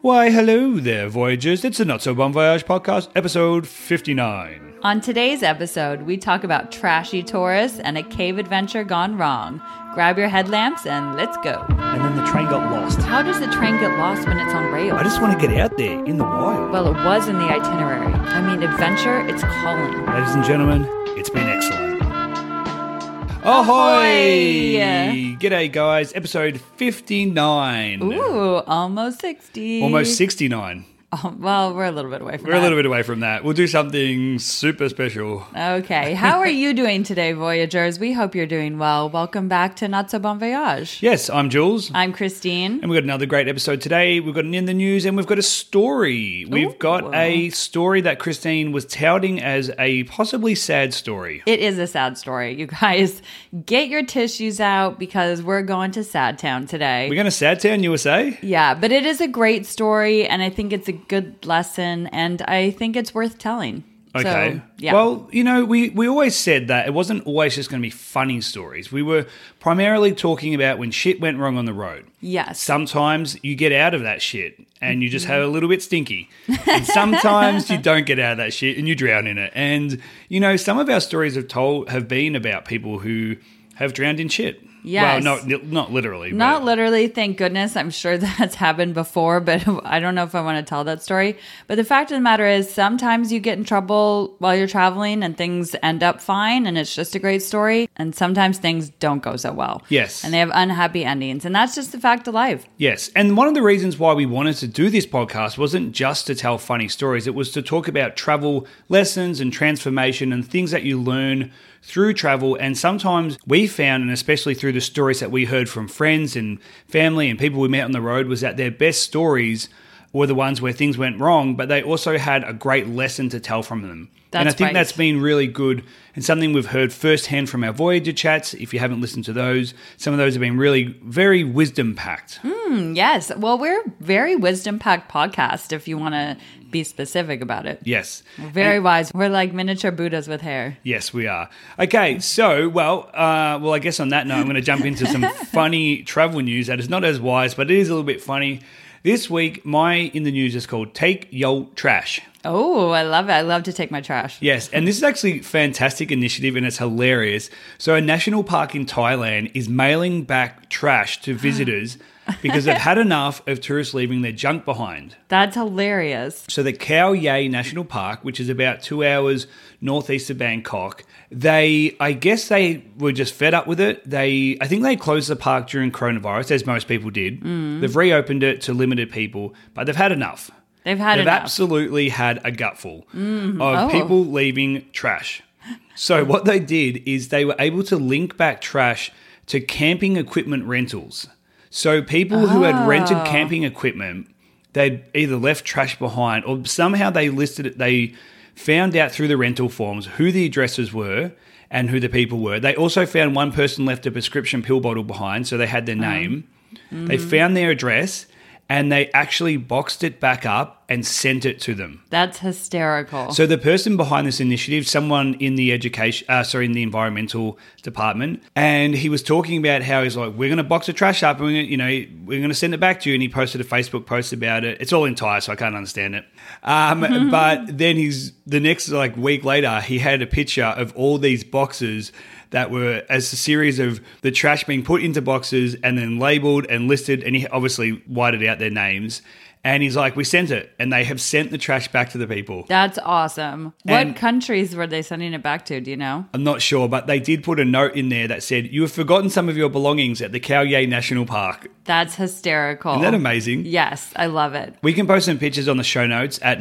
Why, hello there, Voyagers. It's the Not So Bon Voyage podcast, episode 59. On today's episode, we talk about trashy tourists and a cave adventure gone wrong. Grab your headlamps and let's go. and then the train got lost. How does the train get lost when it's on rails? I just want to get out there in the wild. well, it was in the itinerary. I mean, adventure, it's calling. Ladies and gentlemen, it's been excellent. Ahoy! Ahoy! G'day, guys. Episode 59. Ooh, almost 60. Almost 69. Oh, well, we're a little bit away from We're a little bit away from that. We'll do something super special. Okay, how are you doing today, Voyagers? We hope you're doing well. Welcome back to Not So Bon Voyage. Yes, I'm Jules. I'm Christine. And we've got another great episode today. We've got an in the news and we've got a story. We've got a story that Christine was touting as a possibly sad story. It is a sad story, you guys. Get your tissues out because we're going to Sad Town today. We're going to Sad Town USA. yeah, but it is a great story, and I think it's a good lesson, and I think it's worth telling. Okay. So, yeah. Well, you know, we, we always said that it wasn't always just going to be funny stories. We were primarily talking about when shit went wrong on the road. yes. Mm-hmm. Sometimes you get out of that shit and you just have a little bit stinky. And sometimes you don't get out of that shit and you drown in it. And you know, some of our stories have told have been about people who have drowned in shit. Yes. Well, not not literally. Not but- literally, thank goodness. I'm sure that's happened before, but I don't know if I want to tell that story. But the fact of the matter is, sometimes you get in trouble while you're traveling and things end up fine and it's just a great story. And sometimes things don't go so well. Yes. And they have unhappy endings. And that's just the fact of life. Yes. And one of the reasons why we wanted to do this podcast wasn't just to tell funny stories, it was to talk about travel lessons and transformation and things that you learn through travel. And sometimes we found, and especially through the stories that we heard from friends and family and people we met on the road, was that their best stories were the ones where things went wrong, but they also had a great lesson to tell from them. and I That's think right. that's been really good and something we've heard firsthand from our Voyager chats. If you haven't listened to those, some of those have been really very wisdom packed. Yes. Well, we're a very wisdom packed podcast if you want to be specific about it. Yes. Very wise. We're like miniature Buddhas with hair. Yes, we are. Okay, so well, uh, well, I guess on that note, I'm going to jump into some funny travel news that is not as wise, but it is a little bit funny. This week, my in the news is called "Take Your Trash." Oh, I love it. I love to take my trash. Yes, and this is actually a fantastic initiative, and it's hilarious. So, a national park in Thailand is mailing back trash to visitors because they've had enough of tourists leaving their junk behind. That's hilarious. So the Khao Yai National Park, which is about two hours northeast of Bangkok, they I guess they were just fed up with it. They I think they closed the park during coronavirus, as most people did. They've reopened it to limited people, but they've had enough. They've had they've enough. absolutely had a gutful of Oh. people leaving trash. So what they did is they were able to link back trash to camping equipment rentals. So people who had rented Ah. camping equipment, they'd either left trash behind or somehow they listed it. They found out through the rental forms who the addresses were and who the people were. They also found one person left a prescription pill bottle behind, so they had their name. They found their address and they actually boxed it back up and sent it to them. That's hysterical. So the person behind this initiative, someone in the education, uh, sorry, in the environmental department, and he was talking about how he's like, we're going to box the trash up, and we're gonna, you know, we're going to send it back to you. And he posted a Facebook post about it. It's all in Thai, so I can't understand it. Um, but then he's the next like week later, he had a picture of all these boxes that were as a series of the trash being put into boxes and then labeled and listed, and he obviously whited out their names. And he's like, we sent it, and they have sent the trash back to the people. That's awesome. What And- countries were they sending it back to? Do you know? I'm not sure, but they did put a note in there that said, You have forgotten some of your belongings at the Kaoye National Park. That's hysterical. Isn't that amazing? Yes, I love it. We can post some pictures on the show notes at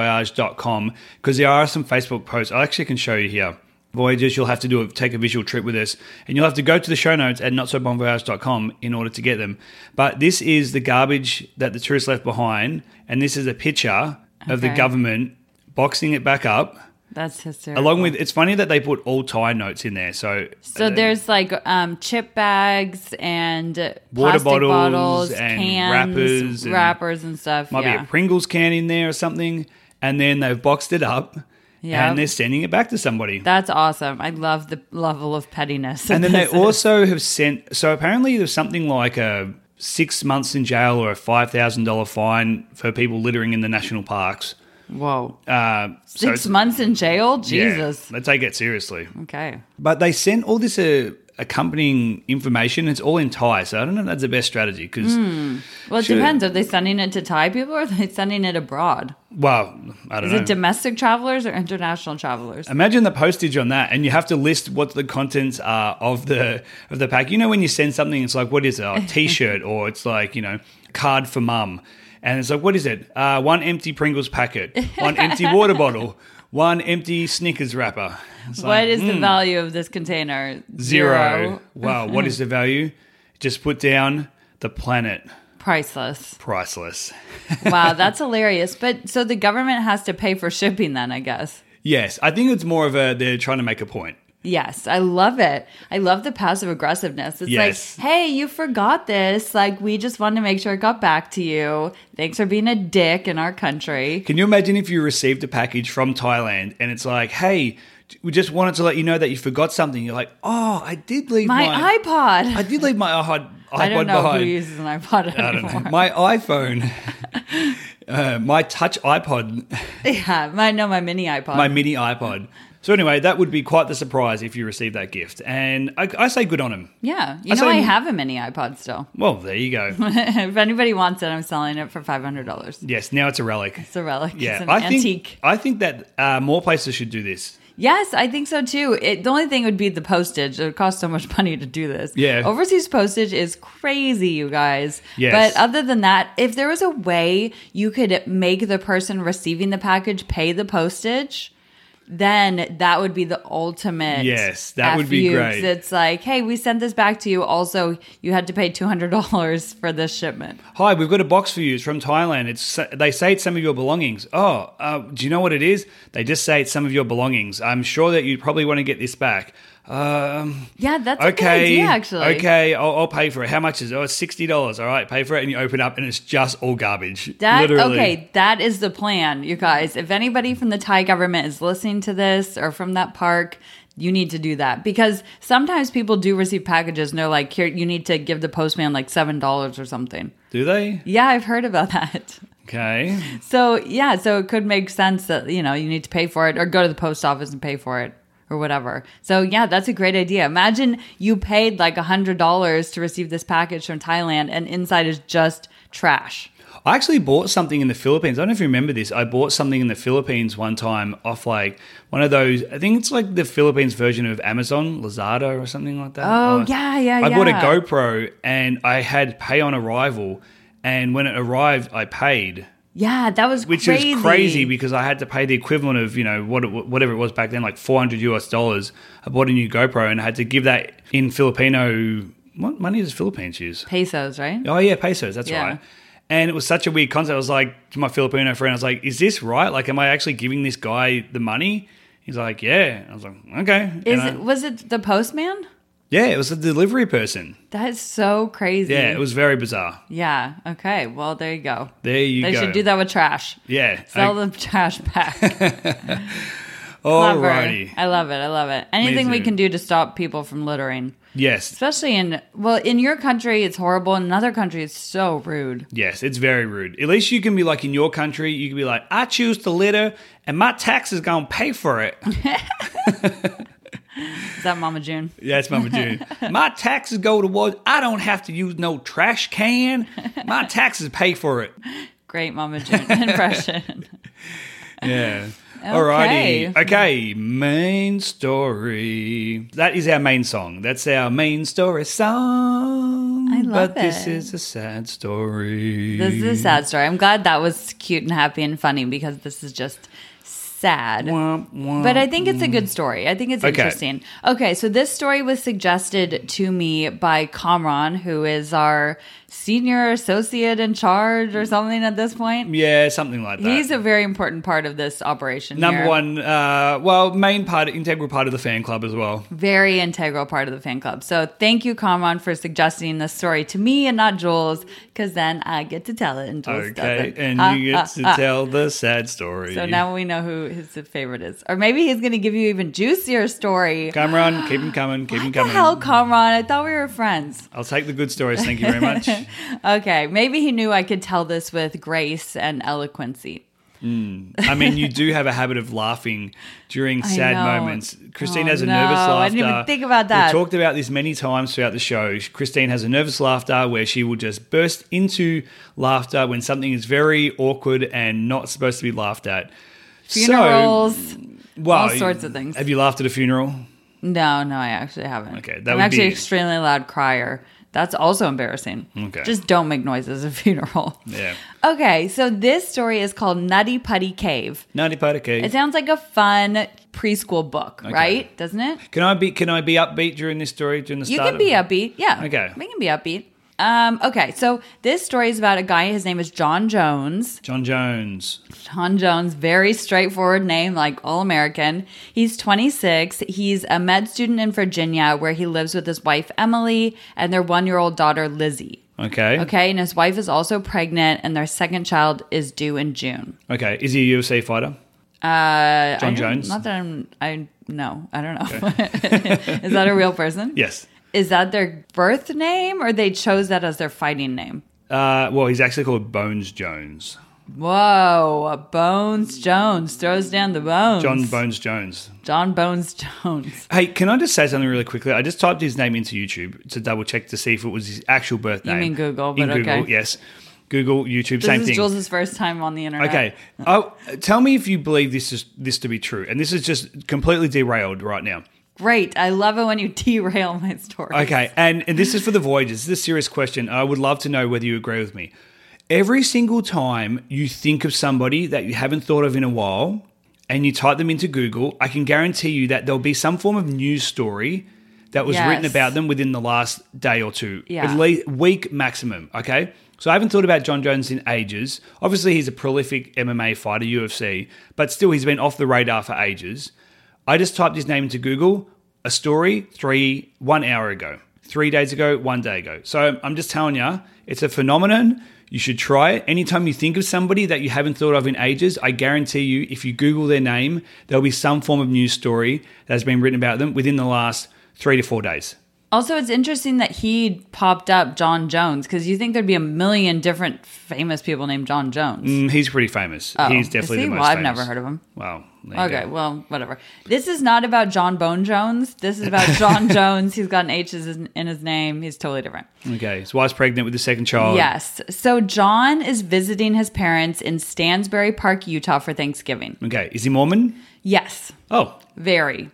notsobonvoyage.com because there are some Facebook posts. I actually can show you here. Voyagers, you'll have to do a, take a visual trip with us, and you'll have to go to the show notes at notsobonvoyage.com in order to get them. But this is the garbage that the tourists left behind, and this is a picture of the Okay. government boxing it back up. That's hysterical. Along with, it's funny that they put all Thai notes in there. So, so there's like um, chip bags and Water plastic bottles bottles, and cans, wrappers and- wrappers and stuff. might yeah. be a Pringles can in there or something, and then they've boxed it up Yeah. and they're sending it back to somebody. That's awesome. I love the level of pettiness. and of then they this. also have sent. So apparently, there's something like a six months in jail or a five thousand dollar fine for people littering in the national parks. Whoa. Uh, so Six it's- months in jail? yeah, Jesus. they take it seriously. Okay. But they sent all this uh, accompanying information. It's all in Thai, so I don't know if that's the best strategy because Hmm. Well, it Sure. depends. Are they sending it to Thai people or are they sending it abroad? well, I don't Is know. it domestic travelers or international travelers? Imagine the postage on that, and you have to list what the contents are of the of the pack. You know, when you send something, it's like, what is it? A T-shirt, or it's like, you know, card for mum, and it's like, what is it? Uh, one empty Pringles packet, one empty water bottle, one empty Snickers wrapper. It's what is Hmm. the value of this container? zero? Wow, what is the value? Just put down the planet, Priceless. priceless. Wow, that's hilarious. But so the government has to pay for shipping then, I guess. Yes, I think it's more of a they're trying to make a point. Yes, I love it. I love the passive aggressiveness. It's Yes. like, hey, you forgot this. Like, we just wanted to make sure it got back to you. Thanks for being a dick in our country. Can you imagine if you received a package from Thailand and it's like, hey, we just wanted to let you know that you forgot something. You're like, oh, I did leave My my, iPod. I did leave my iPod, iPod I don't know behind. who uses an iPod anymore. I don't know. My iPhone, uh, my touch iPod, yeah, my no, my mini iPod. my mini iPod. So anyway, that would be quite the surprise if you received that gift. And I, I say good on him. yeah, you I know say- I have a mini iPod still. Well, there you go. if anybody wants it, I'm selling it for five hundred dollars. yes, now it's a relic. It's a relic. Yeah, it's an I think antique. I think that uh, more places should do this. Yes, I think so too. It, the only thing would be the postage. It would cost so much money to do this. Yeah. Overseas postage is crazy, you guys. Yes. But other than that, if there was a way you could make the person receiving the package pay the postage, then that would be the ultimate. Yes, that would be FU, 'cause great. It's like, hey, we sent this back to you. Also, you had to pay $200 for this shipment. Hi, we've got a box for you. It's from Thailand. It's they say it's some of your belongings. Oh, uh, do you know what it is? They just say it's some of your belongings. I'm sure that you'd probably want to get this back. Um, Yeah, that's a good okay, idea, actually. okay, I'll, I'll pay for it. How much is it? Oh, it's sixty dollars. All right, pay for it, and you open up, and it's just all garbage. That Literally. okay, that is the plan, you guys. If anybody from the Thai government is listening to this or from that park, you need to do that because sometimes people do receive packages and they're like, "Here, you need to give the postman like seven dollars or something." Do they? Yeah, I've heard about that. Okay. So yeah, so it could make sense that you know you need to pay for it or go to the post office and pay for it or whatever. So yeah, that's a great idea. Imagine you paid like a hundred dollars to receive this package from Thailand, and inside is just trash. I actually bought something in the Philippines. I don't know if you remember this. I bought something in the Philippines one time off like one of those. I think it's like the Philippines version of Amazon, Lazada, or something like that. Oh, Uh, yeah, yeah, I bought a yeah. GoPro and I had pay on arrival, and when it arrived, I paid, Yeah, that was which crazy. is crazy because I had to pay the equivalent of you know what it, whatever it was back then, like four hundred US dollars. I bought a new GoPro and I had to give that in Filipino. What money does Philippines use? pesos, right? Oh yeah, pesos. That's Yeah. right. And it was such a weird concept. I was like to my Filipino friend, I was like, "Is this right? Like, am I actually giving this guy the money?" He's like, "Yeah." I was like, "Okay." And Is I- it was it the postman? yeah, it was a delivery person. That is so crazy. Yeah, it was very bizarre. Yeah. Okay. Well, there you go. There you they go. should do that with trash. Yeah. Sell I- the trash back. Clever. Alrighty. I love it. I love it. Anything we too. can do to stop people from littering, Yes. especially in well, in your country, it's horrible. In another country, it's so rude. Yes, it's very rude. At least you can be like in your country, you can be like, I choose to litter and my tax is going to pay for it. Is that Mama June? That's Mama June. my taxes go towards, I don't have to use no trash can. My taxes pay for it. Great Mama June impression. Yeah. Okay. Mm-hmm. Alrighty. Okay, main story. That is our main song. That's our main story song. I love But this it. is a sad story. This is a sad story. I'm glad that was cute and happy and funny because this is just sad. Womp, womp. But I think it's a good story. I think it's Mm. Okay. interesting. Okay, so this story was suggested to me by Kamran, who is our senior associate in charge or something at this point. yeah, something like that. He's a very important part of this operation. number here. one. Uh, well, main part, integral part of the fan club as well. Very integral part of the fan club. So thank you, Kamran, for suggesting this story to me and not Jules, because then I get to tell it and Jules Okay, doesn't. and Ah, you get ah, to ah. tell the sad story. So now we know who his favorite is. Or maybe he's going to give you even juicier story. Cameron, keep him coming, keep him What the coming. hell, Kamran? I thought we were friends. I'll take the good stories. Thank you very much. okay, maybe he knew I could tell this with grace and eloquency. I mean, you do have a habit of laughing during sad know. moments. Christine Oh, has a nervous no, laughter. I didn't even think about that. We've talked about this many times throughout the show. Christine has a nervous laughter where she will just burst into laughter when something is very awkward and not supposed to be laughed at. So- Funerals. well, all sorts of things. Have you laughed at a funeral? no, no, I actually haven't. Okay, that I'm would actually be- an extremely loud crier. That's also embarrassing. Okay. Just don't make noises at a funeral. Yeah. Okay, so this story is called Nutty Putty Cave. Nutty Putty Cave. It sounds like a fun preschool book, right? Doesn't it? Can I be can I be upbeat during this story during the You start can be of- upbeat. Yeah. Okay. We can be upbeat. Um, okay, so this story is about a guy. His name is John Jones. John Jones. John Jones, very straightforward name, like all American. He's 26. He's a med student in Virginia where he lives with his wife, Emily, and their one year old daughter, Lizzie. Okay. Okay, and his wife is also pregnant, and their second child is due in June. Okay. Is he a UFC fighter? John Uh, I don't- Jones? Not that I'm, I no, I don't know. is that a real person? Yes. Is that their birth name or they chose that as their fighting name? Uh, well, he's actually called Bones Jones. Whoa, Bones Jones throws down the bones. John Bones Jones. John Bones Jones. Hey, can I just say something really quickly? I just typed his name into YouTube to double check to see if it was his actual birth You name. mean Google, In but Google, okay. yes. Google, YouTube, This same is thing. Jules' first time on the internet. okay. Oh, tell me if you believe this is this to be true. And this is just completely derailed right now. Great. I love it when you derail my story. Okay, and, and this is for the Voyagers. This is a serious question. I would love to know whether you agree with me. Every single time you think of somebody that you haven't thought of in a while and you type them into Google, I can guarantee you that there'll be some form of news story that was Yes. written about them within the last day or two, Yeah. at least week maximum. Okay. So I haven't thought about John Jones in ages. Obviously, he's a prolific MMA fighter, UFC, but still, he's been off the radar for ages. I just typed his name into Google, a story three one hour ago, three days ago, one day ago. So I'm just telling you, it's a phenomenon. You should try it. Anytime you think of somebody that you haven't thought of in ages, I guarantee you, if you Google their name, there'll be some form of news story that has been written about them within the last three to four days. Also, it's interesting that he popped up John Jones because you think there'd be a million different famous people named John Jones. Mm, He's pretty famous. He's Oh, definitely is the he? most Well, I've famous. never heard of him. Wow. there you Okay, go. well, whatever. This is not about John Bone Jones. This is about John Jones. He's got an H in in his name. He's totally different. Okay. His wife's pregnant with the second child. Yes. So John is visiting his parents in Stansbury Park, Utah for Thanksgiving. Okay. Is he Mormon? Yes. Oh. Very.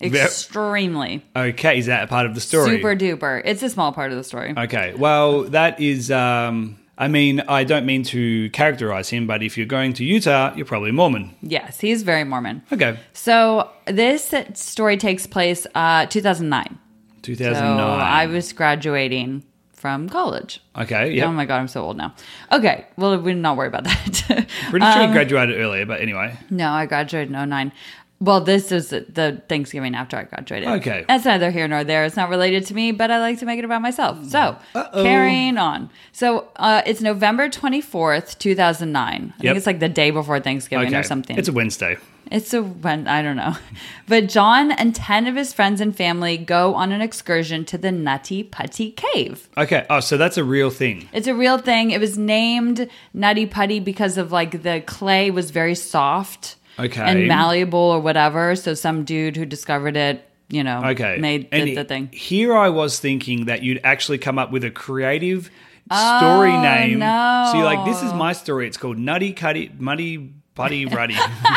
Ve- Extremely. Okay. Is that a part of the story? Super duper. It's a small part of the story. Okay. Well, that is. Um, I mean, I don't mean to characterize him, but if you're going to Utah, you're probably Mormon. Yes, he's very Mormon. Okay. So this story takes place uh 2009. So 2009. I was graduating from college. okay. Yeah. Oh my god, I'm so old now. Okay, well, we did not worry about that. Pretty Um, sure he graduated earlier, but anyway. no, I graduated in 09. Well, this is the Thanksgiving after I graduated. Okay. That's neither here nor there. It's not related to me, but I like to make it about myself. So, carrying on. So, uh, it's November 24th, 2009. I Yep. think it's like the day before Thanksgiving Okay. or something. It's a Wednesday. It's a when I don't know. But John and 10 of his friends and family go on an excursion to the Nutty Putty Cave. Okay. Oh, so that's a real thing. It's a real thing. It was named Nutty Putty because of like the clay was very soft Okay. and malleable or whatever. So some dude who discovered it, you know, Okay. made And did the he- thing. Here I was thinking that you'd actually come up with a creative story name. Oh, no. So you're like, this is my story. It's called Nutty Cutty Muddy Putty Ruddy.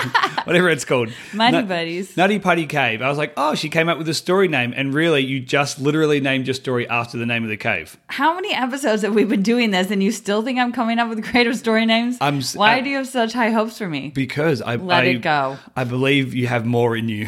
Whatever it's called. Muddy Nut- Buddies. Nutty Putty Cave. I was like, oh, she came up with a story name. And really, you just literally named your story after the name of the cave. How many episodes have we been doing this and you still think I'm coming up with creative story names? I'm s- Why I- do you have such high hopes for me? Because I Let I- it go. I believe you have more in you.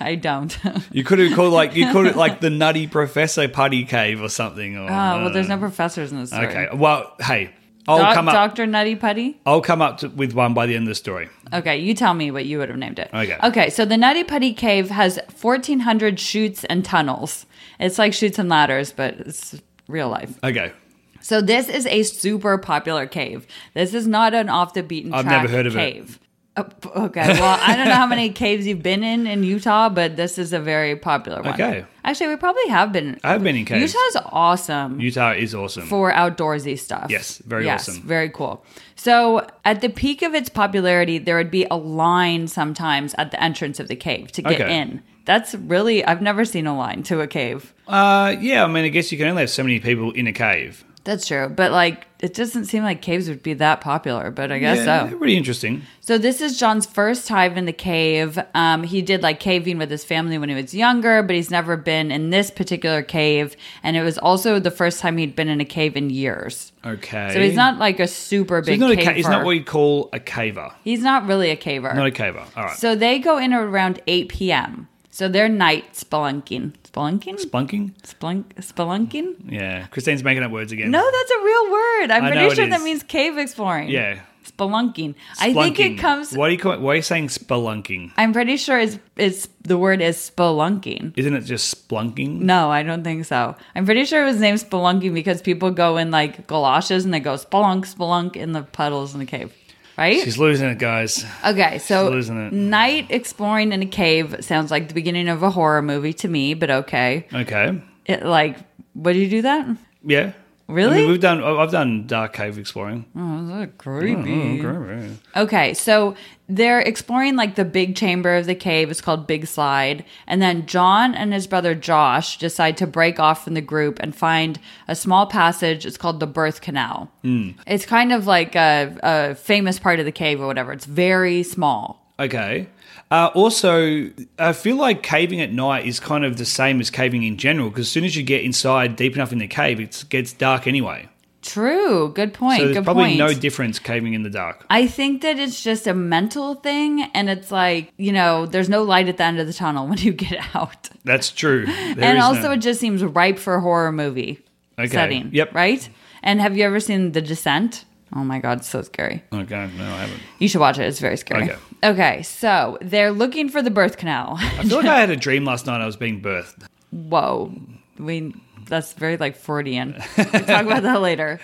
I don't. You could have called like you called it like the Nutty Professor Putty Cave or something. Or, Oh, well, there's no professors in this story. Uh, Okay. Well, hey, I'll Doc- come up. Dr. Nutty Putty? I'll come up to, with one by the end of the story. Okay, you tell me what you would have named it. Okay. Okay, so the Nutty Putty Cave has 1,400 chutes and tunnels. It's like chutes and ladders, but it's real life. Okay. So this is a super popular cave. This is not an off the beaten I've track never heard of it. cave. Uh, p- okay. Well, I don't know how many caves you've been in in Utah, but this is a very popular one. Okay. Actually, we probably have been. I've been in caves. Utah's awesome Utah is awesome. for outdoorsy stuff. Yes, very awesome. Very cool. So, at the peak of its popularity, there would be a line sometimes at the entrance of the cave to get Okay. in. That's really I've never seen a line to a cave. uh, yeah, I mean, I guess you can only have so many people in a cave. That's true, but like it doesn't seem like caves would be that popular, but I guess so. Pretty interesting. So this is John's first time in the cave. Um, he did like caving with his family when he was younger, but he's never been in this particular cave, and it was also the first time he'd been in a cave in years. Okay. So he's not like a super So he's big. not, a ca- caver. he's not what you'd call a caver. He's not really a caver. Not a caver. All right. So they go in around 8 p.m. So they're night spelunking. Spelunking? Splunking? Spelunk- spelunking? Yeah. Christine's making up words again. No, that's a real word. I'm I know pretty it sure that is. means cave exploring. Yeah. Spelunking. I think it Splunking. comes. Why do you call it? Why are you saying spelunking? I'm pretty sure it's, it's the word is spelunking. Isn't it just splunking? No, I don't think so. I'm pretty sure it was named spelunking because people go in like galoshes and they go spelunk, spelunk in the puddles in the cave. Right? She's losing it, guys. Okay, so She's losing it. night exploring in a cave sounds like the beginning of a horror movie to me, but okay. Okay. It, like, would you do that? Yeah. I Really? mean, we've done. I- I've done dark cave exploring. Mm, Oh, that's creepy. Oh, Okay. Okay, so they're exploring like the big chamber of the cave. It's called Big Slide. And then John and his brother Josh decide to break off from the group and find a small passage. It's called the Birth Canal. Hmm. It's kind of like a, a famous part of the cave or whatever. It's very small. Okay. Uh, also, I feel like caving at night is kind of the same as caving in general because as soon as you get inside deep enough in the cave, it gets dark anyway. True. Good point. So there's Good probably point. no difference caving in the dark. I think that it's just a mental thing, and it's like you know, there's no light at the end of the tunnel when you get out, That's true. There and is also no- it just seems ripe for a horror movie Okay. setting. Yep. Right. And have you ever seen The Descent? Oh my God, so scary. okay. No, I haven't. You should watch it. It's very scary. Okay. Okay, so they're looking for the birth canal. I feel like I had a dream last night. I was being birthed. Whoa. We that's very like Freudian. We'll talk about that later.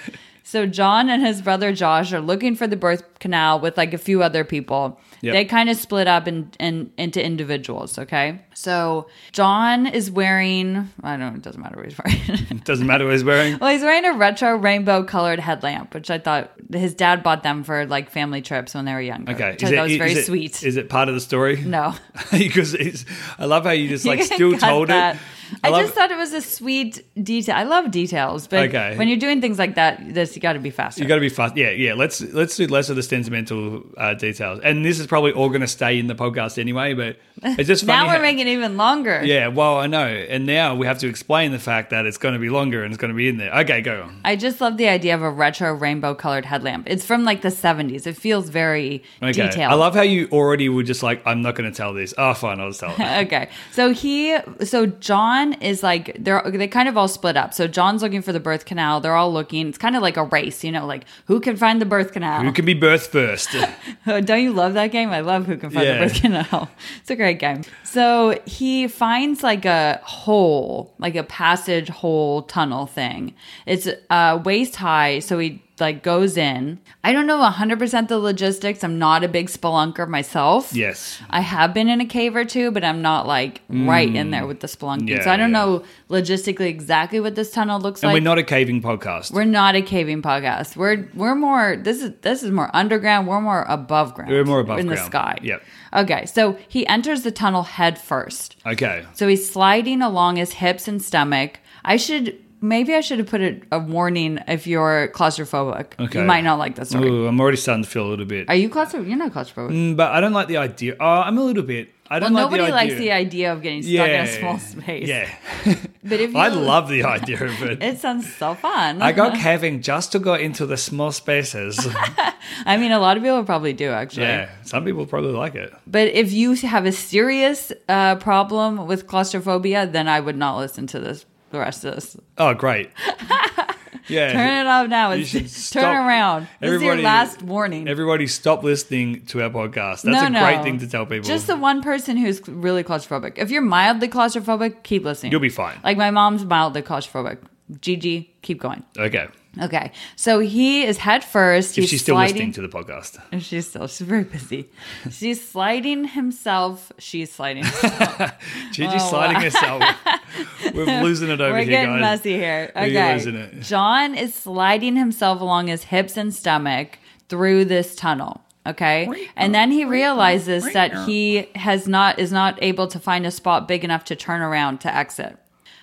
So John and his brother Josh are looking for the birth canal with like a few other people. Yep. They kind of split up and in, into individuals, okay? So John is wearing I don't it doesn't matter what he's wearing. Doesn't matter what he's wearing. well, he's wearing a retro rainbow colored headlamp, which I thought his dad bought them for like family trips when they were younger. Okay. Which I thought was very it- sweet. Is it part of the story? no. because it's, I love how you just like You still got told that. it. I, love- just thought it was a sweet detail. I love details, but Okay. when you're doing things like that, this you got to be faster. You got to be fast. Yeah, yeah. Let's let's do less of the sentimental uh, details. And this is probably all going to stay in the podcast anyway. But it's just funny now we're how- making it even longer. Yeah, well, I know. And now we have to explain the fact that it's going to be longer and it's going to be in there. Okay, go. on. I just love the idea of a retro rainbow colored headlamp. It's from like the 70s. It feels very Okay. detailed. I love how you already were just like, I'm not going to tell this. Oh, fine, I'll just tell it. okay. So he, so John is like they're they kind of all split up. So John's looking for the birth canal. They're all looking. It's kind of like a race, you know, like who can find the birth canal. Who can be birth first? Oh, don't you love that game? I love Who Can Find Yeah. the Birth Canal. It's a great game. So he finds like a hole, like a passage hole tunnel thing. It's uh, waist high, so he like goes in. I don't know 100% the logistics. I'm not a big spelunker myself. yes. I have been in a cave or two, but I'm not like right in there with the spelunking. Mm. Yeah, so I don't yeah. know logistically exactly what this tunnel looks And like. we're not a caving podcast. We're not a caving podcast. We're we're more this is this is more underground. We're more above ground. We're more above in the ground. sky. Yep. Okay, so he enters the tunnel head first. okay. So he's sliding along his hips and stomach. I should maybe I should have put a, a warning if you're claustrophobic. Okay. You might not like that story. Ooh, I'm already starting to feel a little bit. Are you claustrophobic? You're not claustrophobic. Mm, but I don't like the idea. Oh, I'm a little bit. I Well, don't like nobody the idea. likes the idea of getting stuck in a small space. Yeah. But if you, I love the idea of it. It sounds so fun. I got caving just to go into the small spaces. I mean, a lot of people probably do actually. yeah, some people probably like it. But if you have a serious uh, problem with claustrophobia, then I would not listen to this. The rest of this, Oh, great. Yeah. turn it off now. You It's, should turn stop. around. This is your Everybody- last warning. Everybody, stop listening to our podcast. That's a great thing to tell people. Just the one person who's really claustrophobic. If you're mildly claustrophobic, keep listening. You'll be fine. Like my mom's mildly claustrophobic. Gigi, keep going. okay. Okay. So he is head first. If he's she's still sliding, listening to the podcast. And She's still, she's very busy. She's sliding himself. She's sliding. herself. Gigi's sliding herself. We're losing it over Oh, We're here, getting guys. messy here. We're Okay. losing it. John is sliding himself along his hips and stomach through this tunnel. Okay. And then he realizes that he has not, is not able to find a spot big enough to turn around to exit.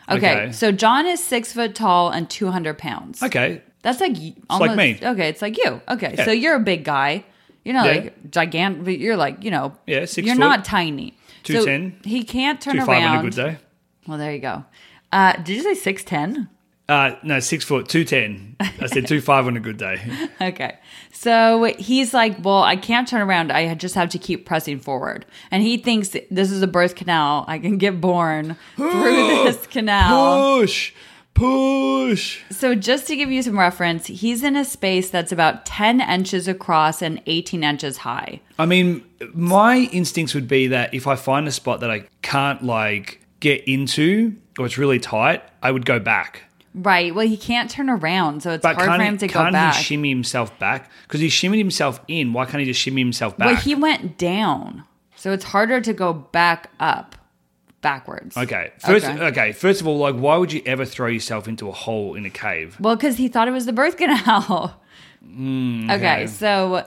Okay. Okay. So John is six foot tall and 200 pounds. Okay. That's like y- like almost me. Okay, it's like you. Okay, Yeah. so you're a big guy. You're not Yeah. like gigantic. But you're like you know. Yeah, six You're foot. not tiny. So 210. he can't turn Two five around. on a good day. Well, there you go. Uh, did you say six ten? Uh, no, six foot, two ten. I said two five on a good day. Okay. So he's like, Well, I can't turn around. I just have to keep pressing forward. And he thinks this is a birth canal. I can get born through this canal. Push, push. So, just to give you some reference, he's in a space that's about 10 inches across and 18 inches high. I mean, my instincts would be that if I find a spot that I can't like get into or it's really tight, I would go back. Right. Well, he can't turn around, so it's But hard can't, for he- him to go can't back. he shimmy himself back? Because he shimmied himself in. Why can't he just shimmy himself but back? he went down, so it's harder to go back up backwards. okay. First, Okay. okay. First of all, like, why would you ever throw yourself into a hole in a cave? Well, because he thought it was the birth canal. okay. okay. So,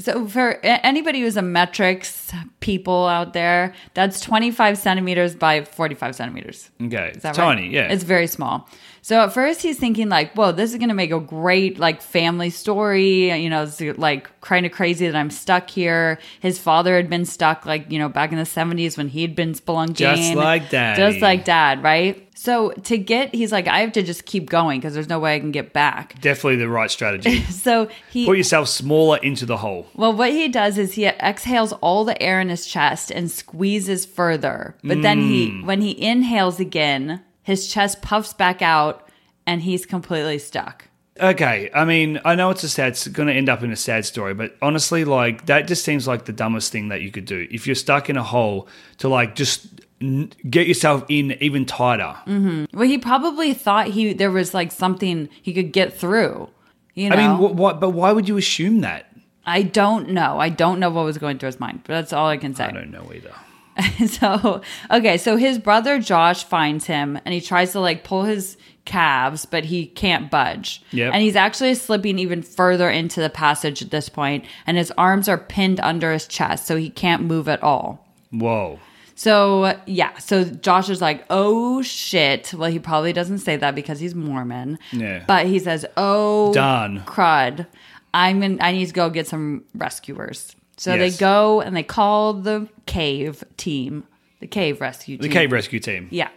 so for a- anybody who's a metrics people out there, that's twenty five centimeters by forty five centimeters. Okay. It's Is that tiny. right? Yeah. It's very small. So at first he's thinking like, whoa, this is gonna make a great like family story. You know, it's like kind of crazy that I'm stuck here. His father had been stuck like, you know, back in the seventies when he'd been spelunking. Just like that. daddy. Just like dad, right? So to get he's like, I have to just keep going because there's no way I can get back. definitely the right strategy. So he Put yourself smaller into the hole. well, what he does is he exhales all the air in his chest and squeezes further. But then he, Mm. when he inhales again, his chest puffs back out and he's completely stuck. Okay, I mean, I know it's a sad, it's going to end up in a sad story, but honestly, like that just seems like the dumbest thing that you could do if you're stuck in a hole to like just n- get yourself in even tighter. Well, he probably thought he there was like something he could get through. You know, I mean, wh- what? But why would you assume that? I don't know. I don't know what was going through his mind, but that's all I can say. I don't know either. so okay so his brother josh finds him and he tries to like pull his calves but he can't budge Yep. and he's actually slipping even further into the passage at this point and his arms are pinned under his chest so he can't move at all Whoa. so yeah so josh is like oh shit well he probably doesn't say that because he's mormon Yeah. but he says oh Done. crud i'm in i need to go get some rescuers so Yes. they go and they call the cave team the cave rescue The team cave rescue team. yeah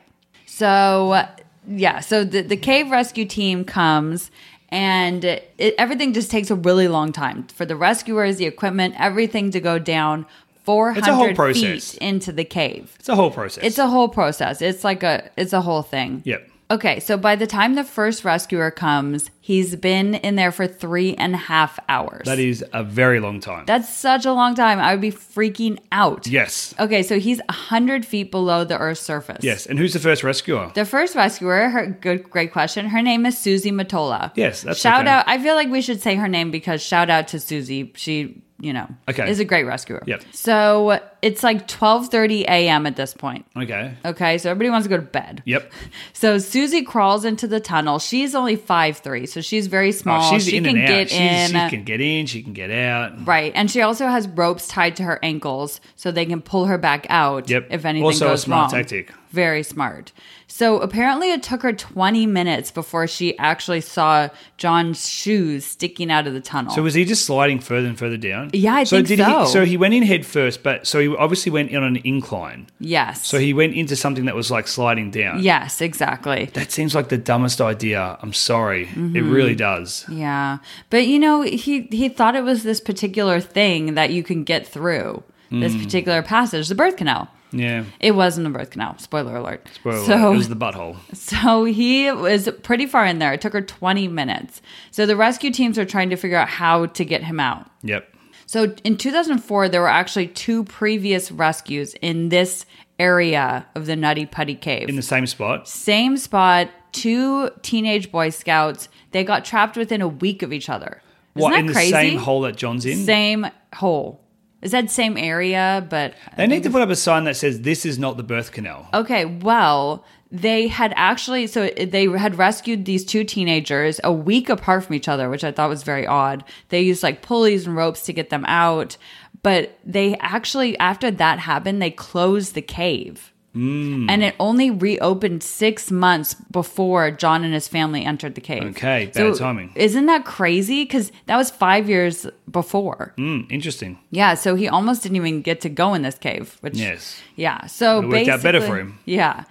so yeah so the, the cave rescue team comes and it, everything just takes a really long time for the rescuers the equipment everything to go down 400 a whole feet process. into the cave It's a whole process. it's a whole process it's like a it's a whole thing Yep. Okay, so by the time the first rescuer comes, he's been in there for three and a half hours. That is a very long time. That's such a long time. I would be freaking out. yes. Okay, so he's 100 feet below the Earth's surface. Yes. And who's the first rescuer? The first rescuer, her good, great question. Her name is Susie Matola. Yes, that's shout okay. out. I feel like we should say her name because shout out to Susie. She, you know, Okay. is a great rescuer. Yep. So it's like 12:30 a.m. at this point. okay. Okay, so everybody wants to go to bed. Yep. So Susie crawls into the tunnel. She's only five three, so she's very small. Oh, she's she in can and out. get She's- in. She can get in. She can get out. Right, and she also has ropes tied to her ankles so they can pull her back out Yep. if anything Also a goes smart wrong. tactic. Very smart. So apparently, it took her 20 minutes before she actually saw John's shoes sticking out of the tunnel. So was he just sliding further and further down? Yeah, I think did so. He, so he went in head first, but so he obviously went in on an incline. yes. So he went into something that was like sliding down. yes, exactly. That seems like the dumbest idea. I'm sorry. It Mm-hmm. really does. Yeah, but you know, he he thought it was this particular thing that you can get through this Mm. particular passage, the birth canal. Yeah. It wasn't a birth canal. Spoiler alert. Well, so, it was the butthole. so he was pretty far in there. It took her 20 minutes. So the rescue teams were trying to figure out how to get him out. Yep. So in 2004, there were actually two previous rescues in this area of the Nutty Putty Cave. In the same spot. Same spot, two teenage Boy Scouts. They got trapped within a week of each other. Isn't what that in crazy? the same hole that John's in? Same hole. Is that same area? But They need to put up a sign that says this is not the birth canal. Okay, well, they had actually so they had rescued these two teenagers a week apart from each other, which I thought was very odd. They used like pulleys and ropes to get them out, but they actually after that happened, they closed the cave. Hmm. And it only reopened six months before John and his family entered the cave. Okay, bad timing. Isn't that crazy? Because that was five years before. Hmm, interesting. Yeah, so he almost didn't even get to go in this cave, which Yes. yeah. So It worked out better basically- for him. Yeah.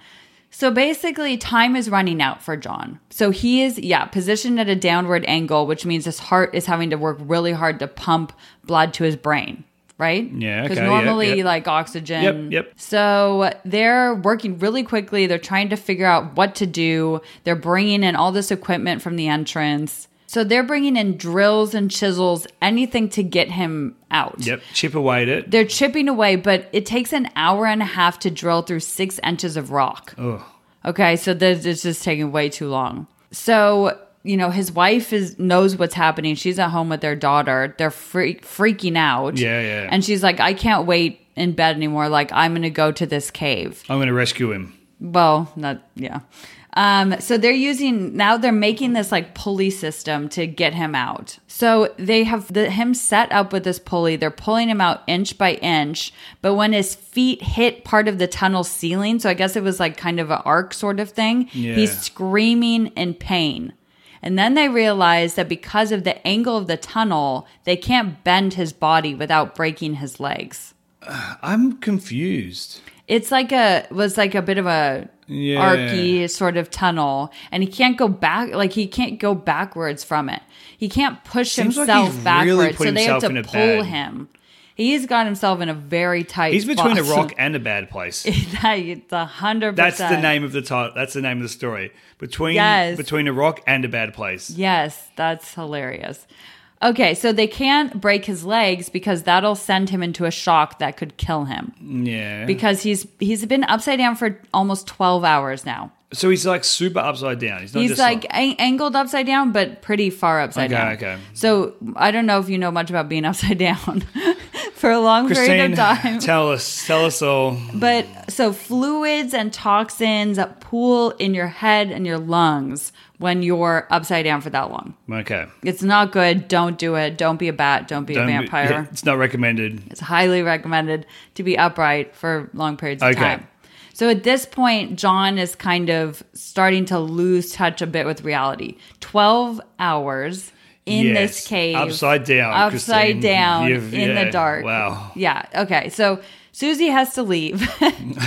So basically time is running out for John. So he is yeah, positioned at a downward angle, which means his heart is having to work really hard to pump blood to his brain, right? Yeah, Because okay, yeah, normally yeah. like oxygen. Yep, yep. So they're working really quickly. They're trying to figure out what to do. They're bringing in all this equipment from the entrance. So they're bringing in drills and chisels, anything to get him out. Yep, chip away at it. They're chipping away, but it takes an hour and a half to drill through six inches of rock. Okay, so this is just taking way too long. So you know, his wife is knows what's happening. She's at home with their daughter. They're freak, freaking out. Yeah, yeah. And she's like, I can't wait in bed anymore. Like, I'm gonna go to this cave. I'm going to rescue him. Well, not yeah. Um, so they're using now they're making this like pulley system to get him out. So they have the, him set up with this pulley. They're pulling him out inch by inch, but when his feet hit part of the tunnel ceiling, so I guess it was like kind of an arc sort of thing. Yeah. He's screaming in pain. And then they realize that because of the angle of the tunnel, they can't bend his body without breaking his legs. I'm confused. It's like a was like a bit of a Yeah. archy sort of tunnel, and he can't go back. Like he can't go backwards from it. He can't push Seems like himself he's backwards, really put so they have himself in to a pull bad- him. He's got himself in a very tight. He's between a spot. rock and a bad place. That- it's a hundred. That's the percent. name of the title. That's the name of the story. Between Yes. between a rock and a bad place. Yes, that's hilarious. Okay, so they can't break his legs because that'll send him into a shock that could kill Mm. him Yeah. because he's he's been upside down for almost twelve hours now. so he's like super upside down. He's not He's just like a- angled upside down, but pretty far upside Okay, down. okay. So I don't know if you know much about being upside down for a long period Christine. of time. Tell us, tell us all. but so fluids and toxins pool in your head and your lungs when you're upside down for that long. Okay. It's not good. Don't do it. Don't be a bat. Don't be Don't a be- vampire. it's not recommended. It's highly recommended to be upright for long periods of Okay. time. So at this point, John is kind of starting to lose touch a bit with reality. 12 hours in Yes. this cave. Upside down, Upside Christine. down You've- in yeah. the dark. Wow. Yeah. Okay. So Susie has to leave.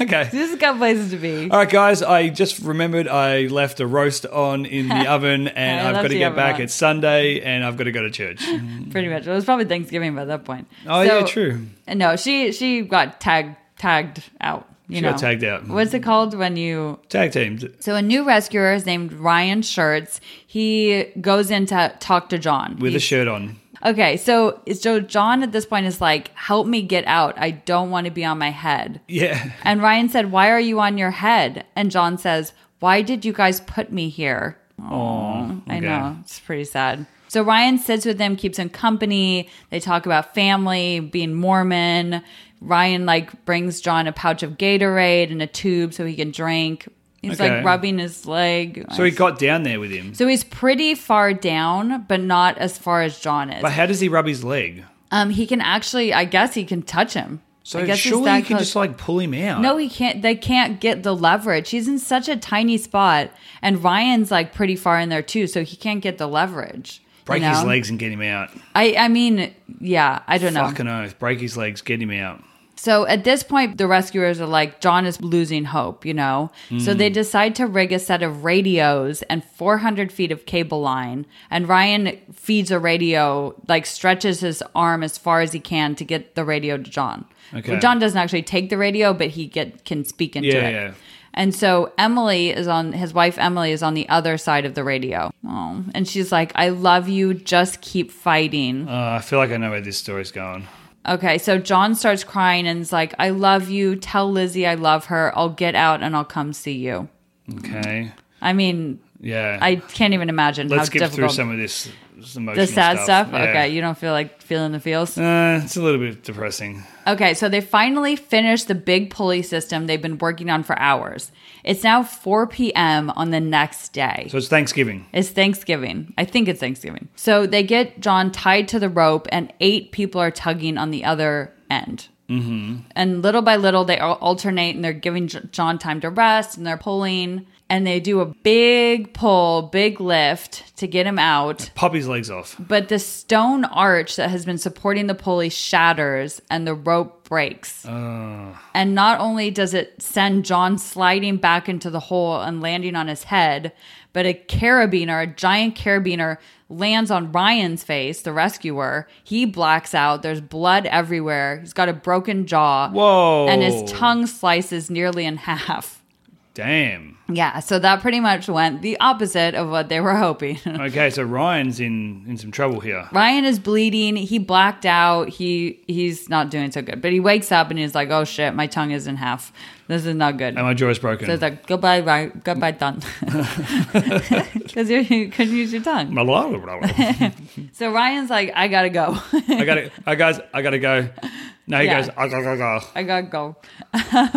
Okay. Susie's got places to be. All right, guys. I just remembered I left a roast on in the oven, and I I've got left to the get oven back. on. It's Sunday, and I've got to go to church. Pretty much. It was probably Thanksgiving by that point. Oh, yeah, true. And no, she she got tagged tagged out. You She know. got tagged out. What's it called when you Tag teamed. So a new rescuer is named Ryan Shirts. He goes in to talk to John. with a He's- shirt on. Okay, so so John at this point is like, "Help me get out. I don't want to be on my head." Yeah. And Ryan said, "Why are you on your head?" And John says, "Why did you guys put me here?" Oh, I know. It's pretty sad. So Ryan sits with him, keeps him company. They talk about family, being Mormon. Ryan like brings John a pouch of Gatorade and a tube so he can drink. He's Okay. like rubbing his leg. So he got down there with him. So he's pretty far down, but not as far as John is. But how does he rub his leg? um, he can actually, I guess, he can touch him. I So guess he's surely that you can close. just like pull him out. No, he can't. They can't get the leverage. He's in such a tiny spot, and Ryan's like pretty far in there too, so he can't get the leverage. you break his know? legs and get him out. I, I mean, yeah, I don't know. Fucking oath. Break his legs, get him out. So at this point, the rescuers are like, John is losing hope, you know? So Hmm. they decide to rig a set of radios and 400 feet of cable line. And Ryan feeds a radio, like stretches his arm as far as he can to get the radio to John. Okay. John doesn't actually take the radio, but he get can speak into Yeah, it. yeah. And so Emily is on his wife Emily is on the other side of the radio. Oh, and she's like, "I love you, just keep fighting." Uh, I feel like I know where this story's going. Okay, so John starts crying and is like, I love you. Tell Lizzie I love her. I'll get out and I'll come see you. Okay. I mean, Yeah. I can't even imagine Let's how skip difficult through some of this, this emotional the sad stuff. Yeah. Okay, you don't feel like feeling the feels. Uh, it's a little bit depressing. Okay, so they finally finished the big pulley system they've been working on for hours. It's now 4 p.m. on the next day. So it's Thanksgiving. It's Thanksgiving. I think it's Thanksgiving. So they get John tied to the rope, and eight people are tugging on the other end. Mm-hmm. And little by little, they all alternate and they're giving J- John time to rest and they're pulling. And they do a big pull, big lift to get him out. Pop his legs off. But the stone arch that has been supporting the pulley shatters and the rope breaks. Uh, And not only does it send John sliding back into the hole and landing on his head, but a carabiner, a giant carabiner, lands on Ryan's face, the rescuer. He blacks out. There's blood everywhere. He's got a broken jaw. Whoa. And his tongue slices nearly in half. Damn. Yeah, so that pretty much went the opposite of what they were hoping. Okay, so Ryan's in in some trouble here. Ryan is bleeding. He blacked out. He he's not doing so good. But he wakes up and he's like, "Oh shit, my tongue is in half. This is not good." And my jaw is So broken. it's like, "Goodbye, Ryan. Goodbye, tongue," because you, you couldn't use your tongue. Blah, blah, blah, blah, blah. So Ryan's like, "I gotta go. I gotta, I guys, I gotta go. No, he Yeah. goes. "Ah, I gotta go. I gotta go."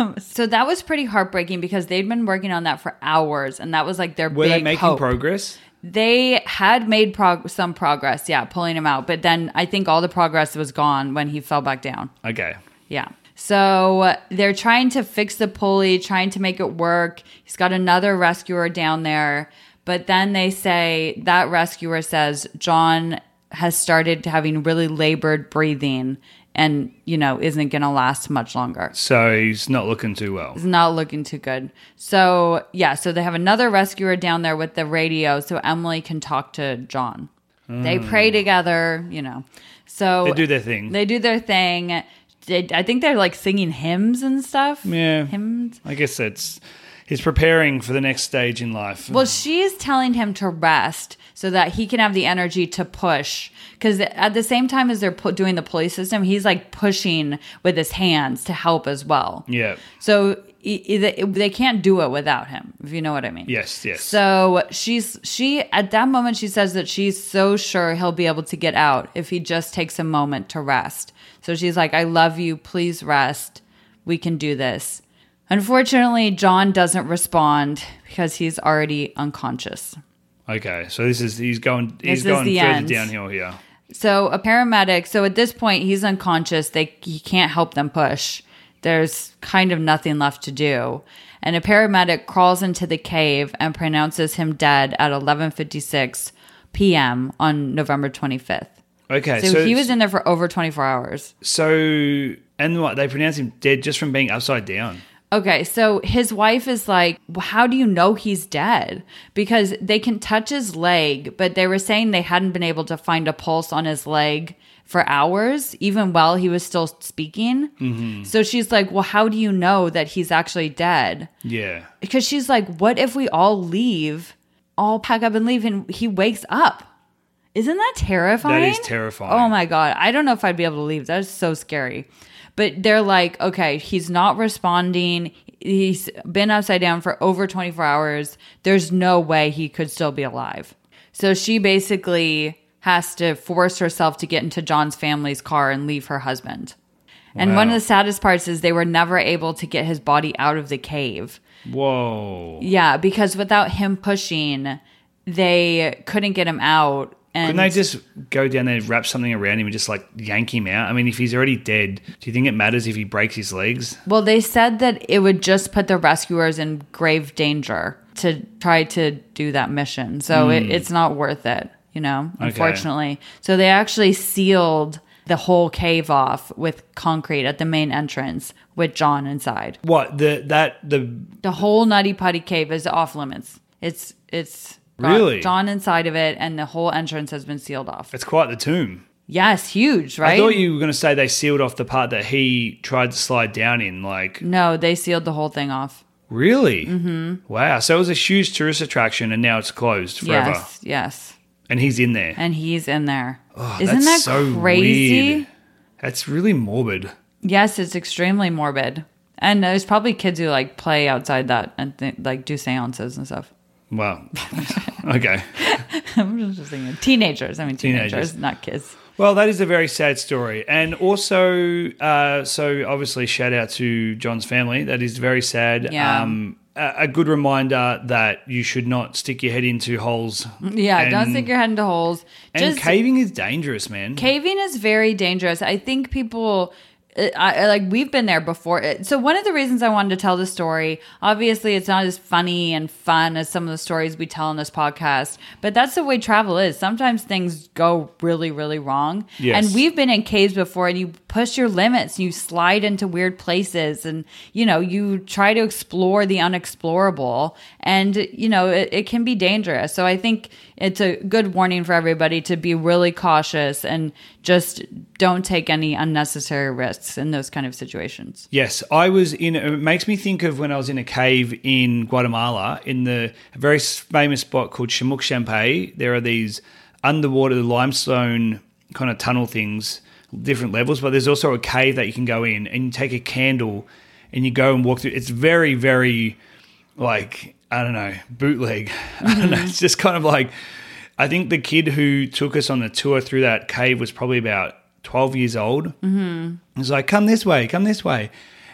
Um, so that was pretty heartbreaking because they'd been working on that for hours, and that was like their Were big they making hope. progress? they had made prog- some progress, yeah, pulling him out. But then I think all the progress was gone when he fell back down. Okay. Yeah. So uh, they're trying to fix the pulley, trying to make it work. He's got another rescuer down there. But then they say that rescuer says John has started having really labored breathing and, you know, isn't going to last much longer. So he's not looking too well. It's not looking too good. So, yeah, so they have another rescuer down there with the radio so Emily can talk to John. They pray together, you know. So Hmm. They do their thing. They do their thing. They, I think they're like singing hymns and stuff. Yeah. Hymns. I guess that's he's preparing for the next stage in life. Well, she's telling him to rest so that he can have the energy to push. Because at the same time as they're pu- doing the pulley system, he's like pushing with his hands to help as well. yeah. So e- e- they they can't do it without him, if you know what I mean. Yes, yes. So she's she at that moment she says that she's so sure he'll be able to get out if he just takes a moment to rest. So she's like, "I love you. Please rest. We can do this." Unfortunately, John doesn't respond because he's already unconscious. Okay. So this is he's going This he's is going the further end. downhill here. So a paramedic. So at this point, he's unconscious. They he can't help them push. There's kind of nothing left to do, and a paramedic crawls into the cave and pronounces him dead at 11:56 p.m. on November 25th. Okay. So, So, he was in there for over 24 hours. so and what they pronounce him dead just from being upside down. Okay, so his wife is like, "Well, "How do you know he's dead?" Because they can touch his leg, but they were saying they hadn't been able to find a pulse on his leg for hours, even while he was still speaking. So she's like, "Well, how do you know that he's actually dead?" Yeah. Because she's like, "What if we all leave, all pack up and leave, and he wakes up?" Isn't that terrifying? terrifying. Oh my god, I don't know if I'd be able to leave. That is so scary. But they're like, okay, he's not responding. He's been upside down for over 24 hours. There's no way he could still be alive. So she basically has to force herself to get into John's family's car and leave her husband. And one of Wow. the saddest parts is they were never able to get his body out of the cave. Whoa. Yeah, because without him pushing, they couldn't get him out. And Couldn't they just go down there, wrap something around him, and just like yank him out? I mean, if he's already dead, do you think it matters if he breaks his legs? Well, they said that it would just put the rescuers in grave danger to try to do that mission. So Hmm. it, it's not worth it, you know, unfortunately. So they actually sealed the whole cave off with concrete at the main entrance with John inside. What the that the The whole Nutty Putty cave is off limits. It's, it's, got Really? John inside of it, and the whole entrance has been sealed off. it's quite the tomb. Yes, huge, I right? thought you were going to say they sealed off the part that he tried to slide down in. Like no, they sealed the whole thing off. really? Mm-hmm. Wow! So it was a huge tourist attraction, and now it's closed forever. Yes, yes. And he's in there. and he's in there. not Oh, That's that so crazy? weird. That's really morbid. Yes, it's extremely morbid. And there's probably kids who like play outside that and th- like do seances and stuff. Well, okay. I'm just thinking teenagers. I mean, teenagers, Teenagers. not kids. Well, that is a very sad story. And also, uh, so obviously, shout out to John's family. That is very sad. Yeah. Um, a a good reminder that you should not stick your head into holes. Yeah, don't And- stick your head into holes. And caving is dangerous, man. Caving is very dangerous. I think people. uh, I, I- like we've been there before. It- So one of the reasons I wanted to tell the story, obviously, it's not as funny and fun as some of the stories we tell on this podcast, but that's the way travel is. Sometimes things go really, really wrong, Yes. and we've been in caves before, and you push your limits, you slide into weird places, and you know you try to explore the unexplorable, and you know it, it can be dangerous. So I think it's a good warning for everybody to be really cautious and just don't take any unnecessary risks in those kind of situations. Yes, I was in. It makes me think of when I was in a cave in Guatemala in the a very s- famous spot called Chamook Champay. There are these underwater limestone kind of tunnel things, different levels, but there's also a cave that you can go in and you take a candle and you go and walk through. It's very, very like I don't know, bootleg. I don't Mm-hmm. know. It's just kind of like I think the kid who took us on the tour through that cave was probably about twelve years old. Mm-hmm. He's like, "Come this way, come this way,"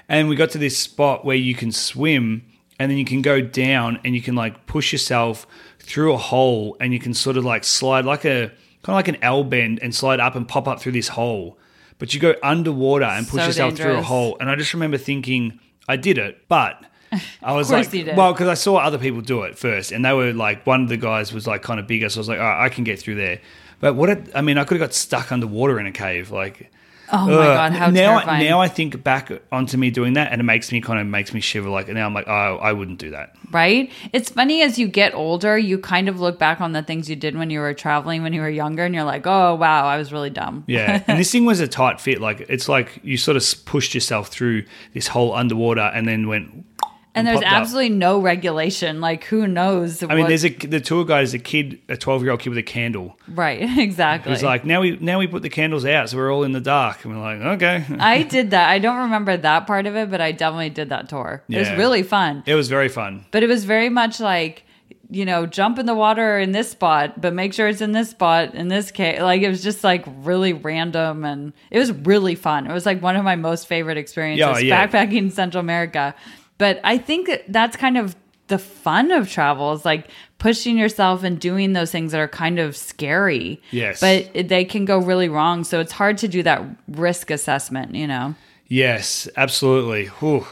and we got to this spot where you can swim, and then you can go down and you can like push yourself through a hole, and you can sort of like slide like a kind of like an L bend and slide up and pop up through this hole. But you go underwater and push So yourself through a dangerous. hole, and I just remember thinking, "I did it," but. I was course like, you did. well, because I saw other people do it first, and they were like, one of the guys was like kind of bigger, so I was like, all right, I can get through there. But what? It, I mean, I could have got stuck underwater in a cave, like. Oh my ugh. god, how Uh, now, terrifying! Now I think back onto me doing that, and it makes me kind of makes me shiver. Like now, I'm like, oh, I wouldn't do that. right? It's funny as you get older, you kind of look back on the things you did when you were traveling when you were younger, and you're like, oh wow, I was really dumb. Yeah, and this thing was a tight fit. Like it's like you sort of s- pushed yourself through this whole underwater, and then went. And there's popped up. absolutely no regulation. Like, who knows? I mean, there's a the tour guide is a kid, a twelve year old kid with a candle. right, exactly. He's like, now we now we put the candles out, so we're all in the dark, and we're like, okay. I did that. I don't remember that part of it, but I definitely did that tour. It Yeah. was really fun, It was very fun. but it was very much like. You know, jump in the water in this spot, but make sure it's in this spot in this case. Like it was just like really random, and it was really fun. It was like one of my most favorite experiences Yeah, yeah. backpacking in Central America. But I think that that's kind of the fun of travel is like pushing yourself and doing those things that are kind of scary. Yes. but it- they can go really wrong. So it's hard to do that risk assessment. You know. Yes, absolutely. Whew.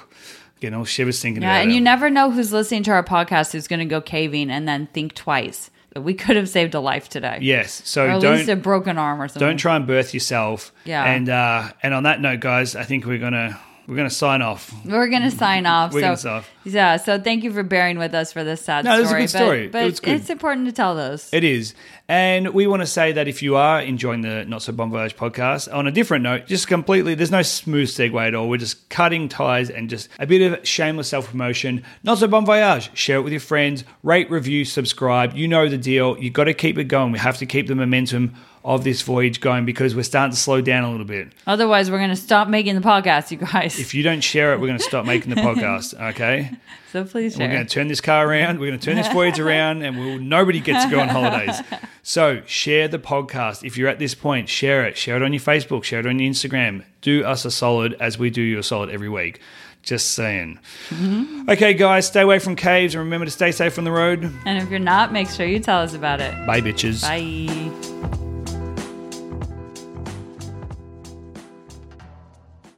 Getting all shivers thinking Yeah, about and it. you never know who's listening to our podcast who's going to go caving and then think twice. We could have saved a life today. yes, so Or at don't least a broken arm or something. don't try and birth yourself. Yeah. And uh, and on that note, guys, I think we're gonna we're gonna sign off. We're going to sign off. We're so, gonna sign off. Yeah, so thank you for bearing with us for this sad No, it was a story. good story. But, but It was good. it's important to tell those. It is, and we want to say that if you are enjoying the Not So Bon Voyage podcast, on a different note, just completely, there's no smooth segue at all. We're just cutting ties and just a bit of shameless self promotion. Not So Bon Voyage. Share it with your friends. Rate, review, subscribe. You know the deal. You got to keep it going. We have to keep the momentum of this voyage going because we're starting to slow down a little bit. Otherwise, we're going to stop making the podcast, you guys. If you don't share it, we're going to stop making the podcast. Okay, so please we're share. going to turn this car around. We're going to turn this voyage around, and we'll, nobody gets to go on holidays. So share the podcast. If you're at this point, share it. Share it on your Facebook. Share it on your Instagram. Do us a solid as we do you a solid every week. Just saying. Okay, guys, stay away from caves and remember to stay safe on the road. And if you're not, make sure you tell us about it. Bye, bitches. Bye.